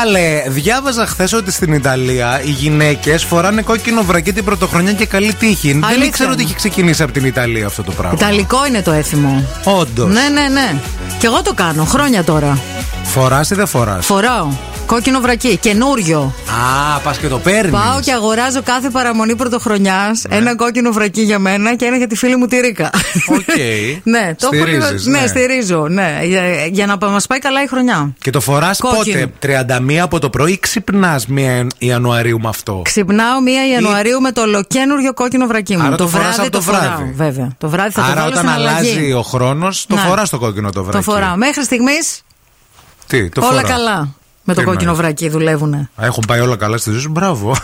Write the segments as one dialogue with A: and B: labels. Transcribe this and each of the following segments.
A: Καλέ, διάβαζα χθες ότι στην Ιταλία οι γυναίκες φοράνε κόκκινο βρακί την πρωτοχρονιά και καλή τύχη. Δεν
B: Αλήθεια.
A: ήξερα ότι είχε ξεκινήσει από την Ιταλία αυτό το πράγμα.
B: Ιταλικό είναι το έθιμο.
A: Όντως.
B: Ναι, ναι, ναι. Και εγώ το κάνω χρόνια τώρα.
A: Φοράς ή δεν φοράς.
B: Φοράω. Κόκκινο βρακί, καινούριο.
A: Α, πας και το παίρνεις.
B: Πάω και αγοράζω κάθε παραμονή πρωτοχρονιάς
A: Ναι.
B: ένα κόκκινο βρακί για μένα και ένα για τη φίλη μου τη Ρίκα.
A: Οκ.
B: ναι, το έχω λίγο-
A: Στηρίζεις,
B: ναι.
A: ναι.
B: στηρίζω. Ναι, για, για να μας πάει καλά η χρονιά.
A: Και το φοράς
B: Κόκκινο.
A: πότε, 31 από το πρωί, ξυπνά 1 Ιανουαρίου με αυτό.
B: Ξυπνάω 1 Ιανουαρίου με το ολοκένουργιο κόκκινο βρακί μου.
A: Άρα το φοράς
B: βράδυ
A: από το
B: φοράω,
A: βράδυ.
B: Βέβαια. Το βράδυ θα το
A: Άρα
B: βάλω
A: όταν
B: στην αλλαγή.
A: αλλάζει ο χρόνος, το
B: Ναι.
A: φοράς το κόκκινο το βρακί.
B: Το φοράω. Μέχρι στιγμής
A: Τι, το
B: όλα
A: φορά.
B: καλά. Με το
A: Τι
B: κόκκινο
A: εννοείς?
B: βρακί δουλεύουνε.
A: Α, Έχουν πάει όλα καλά στη ζωή σου, μπράβο.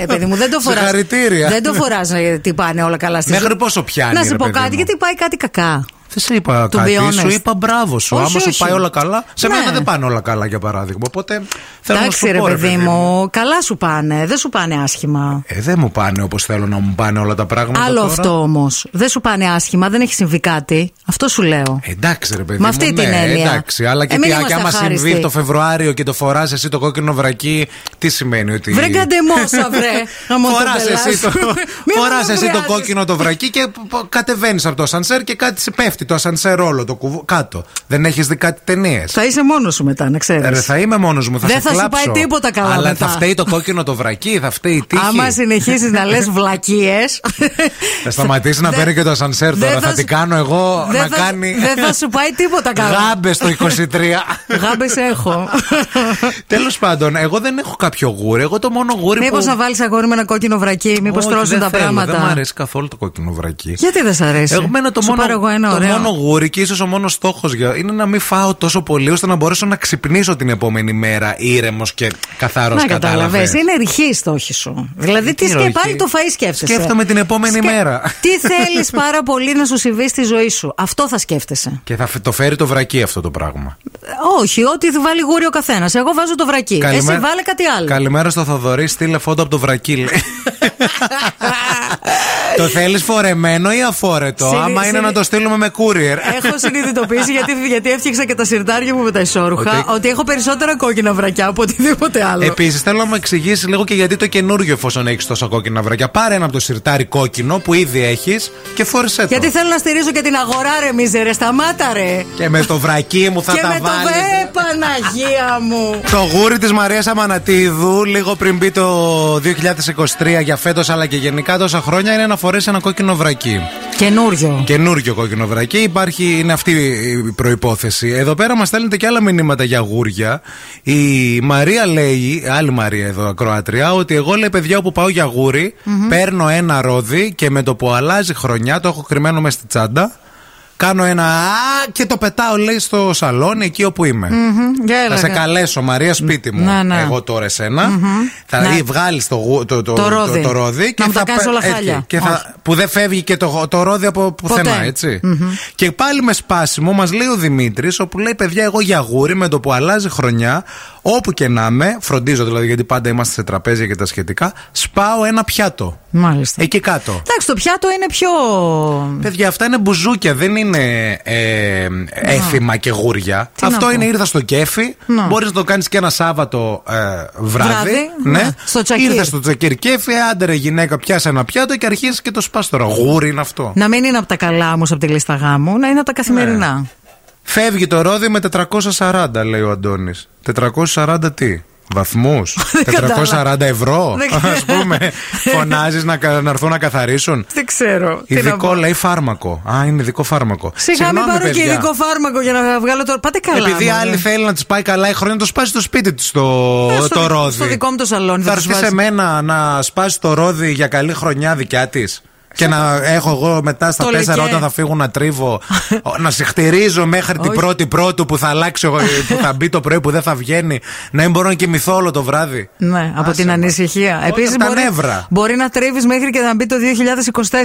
B: Ε, παιδί μου, δεν το φοράς.
A: Συγχαρητήρια.
B: Δεν το φοράς τι πάνε όλα καλά στη ζωή.
A: Μέχρι πόσο πιάνει,
B: Να
A: ρε
B: σου πω
A: παιδί μου.
B: κάτι, γιατί πάει κάτι κακά.
A: Δεν σε είπα
B: To
A: κάτι.
B: be honest.
A: Σου είπα μπράβο σου.
B: Όχι,
A: Άμα σου
B: όχι.
A: πάει όλα καλά. Σε
B: Ναι.
A: μένα δεν πάνε όλα καλά, για παράδειγμα. Οπότε θέλω να σου
B: Εντάξει, ρε
A: πω,
B: παιδί μου, καλά σου πάνε. Δεν σου πάνε άσχημα.
A: Ε, δεν μου πάνε όπως θέλω να μου πάνε όλα τα πράγματα.
B: Άλλο
A: τώρα.
B: αυτό όμως. Δεν σου πάνε άσχημα, δεν έχει συμβεί κάτι. Αυτό σου λέω.
A: Ε, Εντάξει, ρε παιδί
B: Με αυτή
A: μου,
B: την
A: ναι,
B: έννοια.
A: Εντάξει, αλλά και
B: Ε, μην
A: τι,
B: είμαστε
A: και άμα συμβεί
B: αχάριστοι.
A: το Φεβρουάριο και το φοράς εσύ το κόκκινο βρακί, τι σημαίνει ότι.
B: Βρε καντεμόσα, βρε. Να μου το
A: Ε, Φοράς
B: πελάς.
A: εσύ, το,
B: Μην με
A: φοράς εσύ το
B: νευριάζεις.
A: κόκκινο το βρακί και κατεβαίνεις από το ασανσέρ και κάτι σε πέφτει το ασανσέρ όλο το κουβού κάτω. Δεν έχεις δει κάτι ταινίες.
B: Θα είσαι μόνος σου μετά, να
A: Ε,
B: ξέρεις.
A: Ρε, θα είμαι μόνος μου, θα
B: Δεν
A: σε
B: θα σου
A: κλάψω.
B: πάει τίποτα καλά
A: Αλλά
B: μετά.
A: θα φταίει το κόκκινο το βρακί, θα φταίει η τύχη.
B: Άμα συνεχίσεις να λες βλακίες.
A: Θα σταματήσει να παίρνει και το ασανσέρ τώρα. Θα την κάνω εγώ να κάνει.
B: Δεν θα σου πάει τίποτα καλά.
A: Γάμπες το 23.
B: Γάμπες έχω.
A: Τέλος πάντων, εγώ δεν έχω κάποιο γούρι. Εγώ το μόνο γούρι
B: Μήπως
A: που.
B: να βάλεις αγόρι με ένα κόκκινο βρακί, μήπως
A: Λοιπόν. Όχι,
B: τρώσουν
A: δεν
B: τα
A: θέλω, Δεν μου
B: πράγματα.
A: αρέσει καθόλου το κόκκινο βρακί.
B: Γιατί δεν σ' αρέσει.
A: Εγώ μένω το
B: Σου
A: μόνο,
B: πάρω εγώ ένα
A: το
B: ωραίο.
A: μόνο γούρι και ίσως ο μόνος στόχος είναι να μην φάω τόσο πολύ ώστε να μπορέσω να ξυπνήσω την επόμενη μέρα ήρεμος και καθαρό.
B: Να καταλαβες, Είναι ρηχή η στόχη σου. Δηλαδή, τι
A: Είναι
B: σκέφτεσαι,
A: ρηχή.
B: πάλι το φαΐ σκέφτεσαι.
A: Σκέφτομαι την επόμενη μέρα.
B: Τι θέλεις πάρα πολύ να σου συμβεί στη ζωή σου. Αυτό θα σκέφτεσαι.
A: Και θα φε- το φέρει το βρακί αυτό το πράγμα.
B: Ε, Όχι, ό,τι βάλει γούρι ο καθένας. Εγώ βάζω το βρακί. Εσύ βάλε κάτι άλλο.
A: Καλημέρα στο Θοδωρή, στείλε φόντο από το βρακί. λέει. το θέλεις φορεμένο ή αφόρετο.
B: Συνη-
A: Άμα είναι
B: συνη-
A: να το στείλουμε με courier.
B: Έχω συνειδητοποιήσει γιατί, γιατί έφτιαξα και τα σιρτάρια μου με τα ισόρουχα
A: Ότι-
B: ότι έχω περισσότερα κόκκινα βρακιά από οτιδήποτε άλλο.
A: Επίσης, θέλω να μου εξηγήσεις λίγο και γιατί το καινούργιο εφόσον έχεις τόσα κόκκινα βρακιά. Πάρε ένα από το σιρτάρι κόκκινο που ήδη έχεις και φόρεσέ το.
B: Γιατί θέλω να στηρίζω και την αγορά, ρε μίζερε, σταμάτα ρε.
A: Και με το βρακί μου θα
B: και
A: τα
B: με το
A: βάλεις.
B: βε, Παναγία μου.
A: Το γούρι της Μαρίας Αμανατίδου λίγο πριν μπει το 2023 για φέτος αλλά και γενικά τόσα χρόνια είναι να φορέσει ένα κόκκινο βρακί.
B: Καινούριο.
A: Καινούργιο κόκκινο βρακί. Υπάρχει, είναι αυτή η προπόθεση. Εδώ πέρα μας στέλνετε και άλλα μηνύματα για γούρια. Η Μαρία λέει, άλλη Μαρία εδώ, ακροάτρια, ότι εγώ λέει παιδιά όπου πάω για γουρι παίρνω ένα ρόδι και με το που αλλάζει χρονιά, το έχω κρυμμένο μες στη τσάντα. Κάνω ένα α και το πετάω, λέει, στο σαλόνι εκεί όπου είμαι.
B: Μμμ, για έλα,
A: Θα σε
B: κα-
A: καλέσω, Μαρία, σπίτι μου.
B: Να, να.
A: Εγώ τώρα εσένα. Θα
B: Ναι.
A: βγάλεις το, γου- το, το,
B: Το ρόδι.
A: ρόδι και
B: Να μου τα
A: θα
B: κάνεις
A: πα-
B: όλα
A: έτσι.
B: χάλια.
A: Και θα-
B: Όχι.
A: που δεν φεύγει και το, το ρόδι από πουθενά,
B: Ποτέ. Mm-hmm.
A: έτσι. Και πάλι με σπάσιμο μας λέει ο Δημήτρης, όπου λέει παιδιά, εγώ για γούρι με το που αλλάζει χρονιά, όπου και να είμαι, φροντίζω δηλαδή γιατί πάντα είμαστε σε τραπέζια και τα σχετικά, σπάω ένα πιάτο.
B: Μάλιστα.
A: Εκεί κάτω.
B: Εντάξει, το πιάτο είναι πιο.
A: Παιδιά, αυτά είναι μπουζούκια, δεν είναι ε, έθιμα και γούρια.
B: Τι να
A: Αυτό
B: πω.
A: είναι ήρθα στο κέφι.
B: Να.
A: Μπορείς να το κάνεις και ένα Σάββατο ε, βράδυ.
B: Βράδυ,
A: ναι.
B: ναι. Στο τσακίρ.
A: Ήρθα στο τσακίρ κέφι, άντε ρε γυναίκα, πιάσε ένα πιάτο και αρχίζεις και το σπάς τώρα. Γούρι είναι αυτό.
B: Να μην είναι από τα καλά όμως από τη λίστα γάμου, να είναι από τα καθημερινά.
A: Ναι. Φεύγει το ρόδι με 440, λέει ο Αντώνης. 440 τι. Βαθμούς, 440 ευρώ,
B: Δεν
A: ας
B: ξέρω.
A: πούμε. Φωνάζεις να, κα- να έρθουν να καθαρίσουν.
B: Δεν ξέρω. Τι να πω.
A: Ειδικό λέει φάρμακο. Α, είναι ειδικό φάρμακο.
B: Σιγά μην
A: Συγγνώμη,
B: πάρω και
A: παιδιά.
B: ειδικό φάρμακο για να βγάλω το. Πάτε καλά.
A: Επειδή
B: μωρέ.
A: άλλοι θέλει να της πάει καλά η χρονιά, να το σπάσει το σπίτι της το,
B: Ε, στο
A: το
B: δι-
A: ρόδι.
B: στο δικό μου το σαλόνι
A: Θα
B: θα τους
A: έρθει σε
B: βάζει.
A: μένα να σπάσεις το ρόδι για καλή χρονιά δικιά της. Και να έχω εγώ μετά στα
B: Το
A: τέσσερα
B: λεκέ.
A: όταν θα φύγω να τρίβω, ο- να συχτηρίζω μέχρι την
B: Όχι.
A: πρώτη πρώτου που θα αλλάξει, ο- που θα μπει το πρωί που δεν θα βγαίνει, να μην μπορώ να κοιμηθώ όλο το βράδυ.
B: Ναι, από την
A: μας.
B: ανησυχία.
A: Όλα
B: Επίσης
A: τα
B: μπορεί,
A: νεύρα.
B: μπορεί να τρέβει μέχρι και να μπει το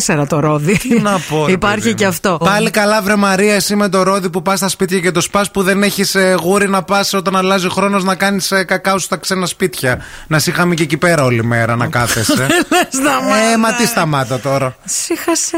B: 2024 το ρόδι.
A: Τι να πω, ρε παιδί
B: Υπάρχει
A: μου.
B: και αυτό.
A: Πάλι καλά, βρε Μαρία, εσύ με το ρόδι που πας στα σπίτια και το σπα που δεν έχεις γούρι να πας όταν αλλάζει ο χρόνος να κάνεις κακάο στα ξένα σπίτια. Να σε είχαμε και εκεί πέρα όλη μέρα να κάθεσαι.
B: Λες να μάθα.
A: ε, μα τι σταμάτα τώρα.
B: Σίχασε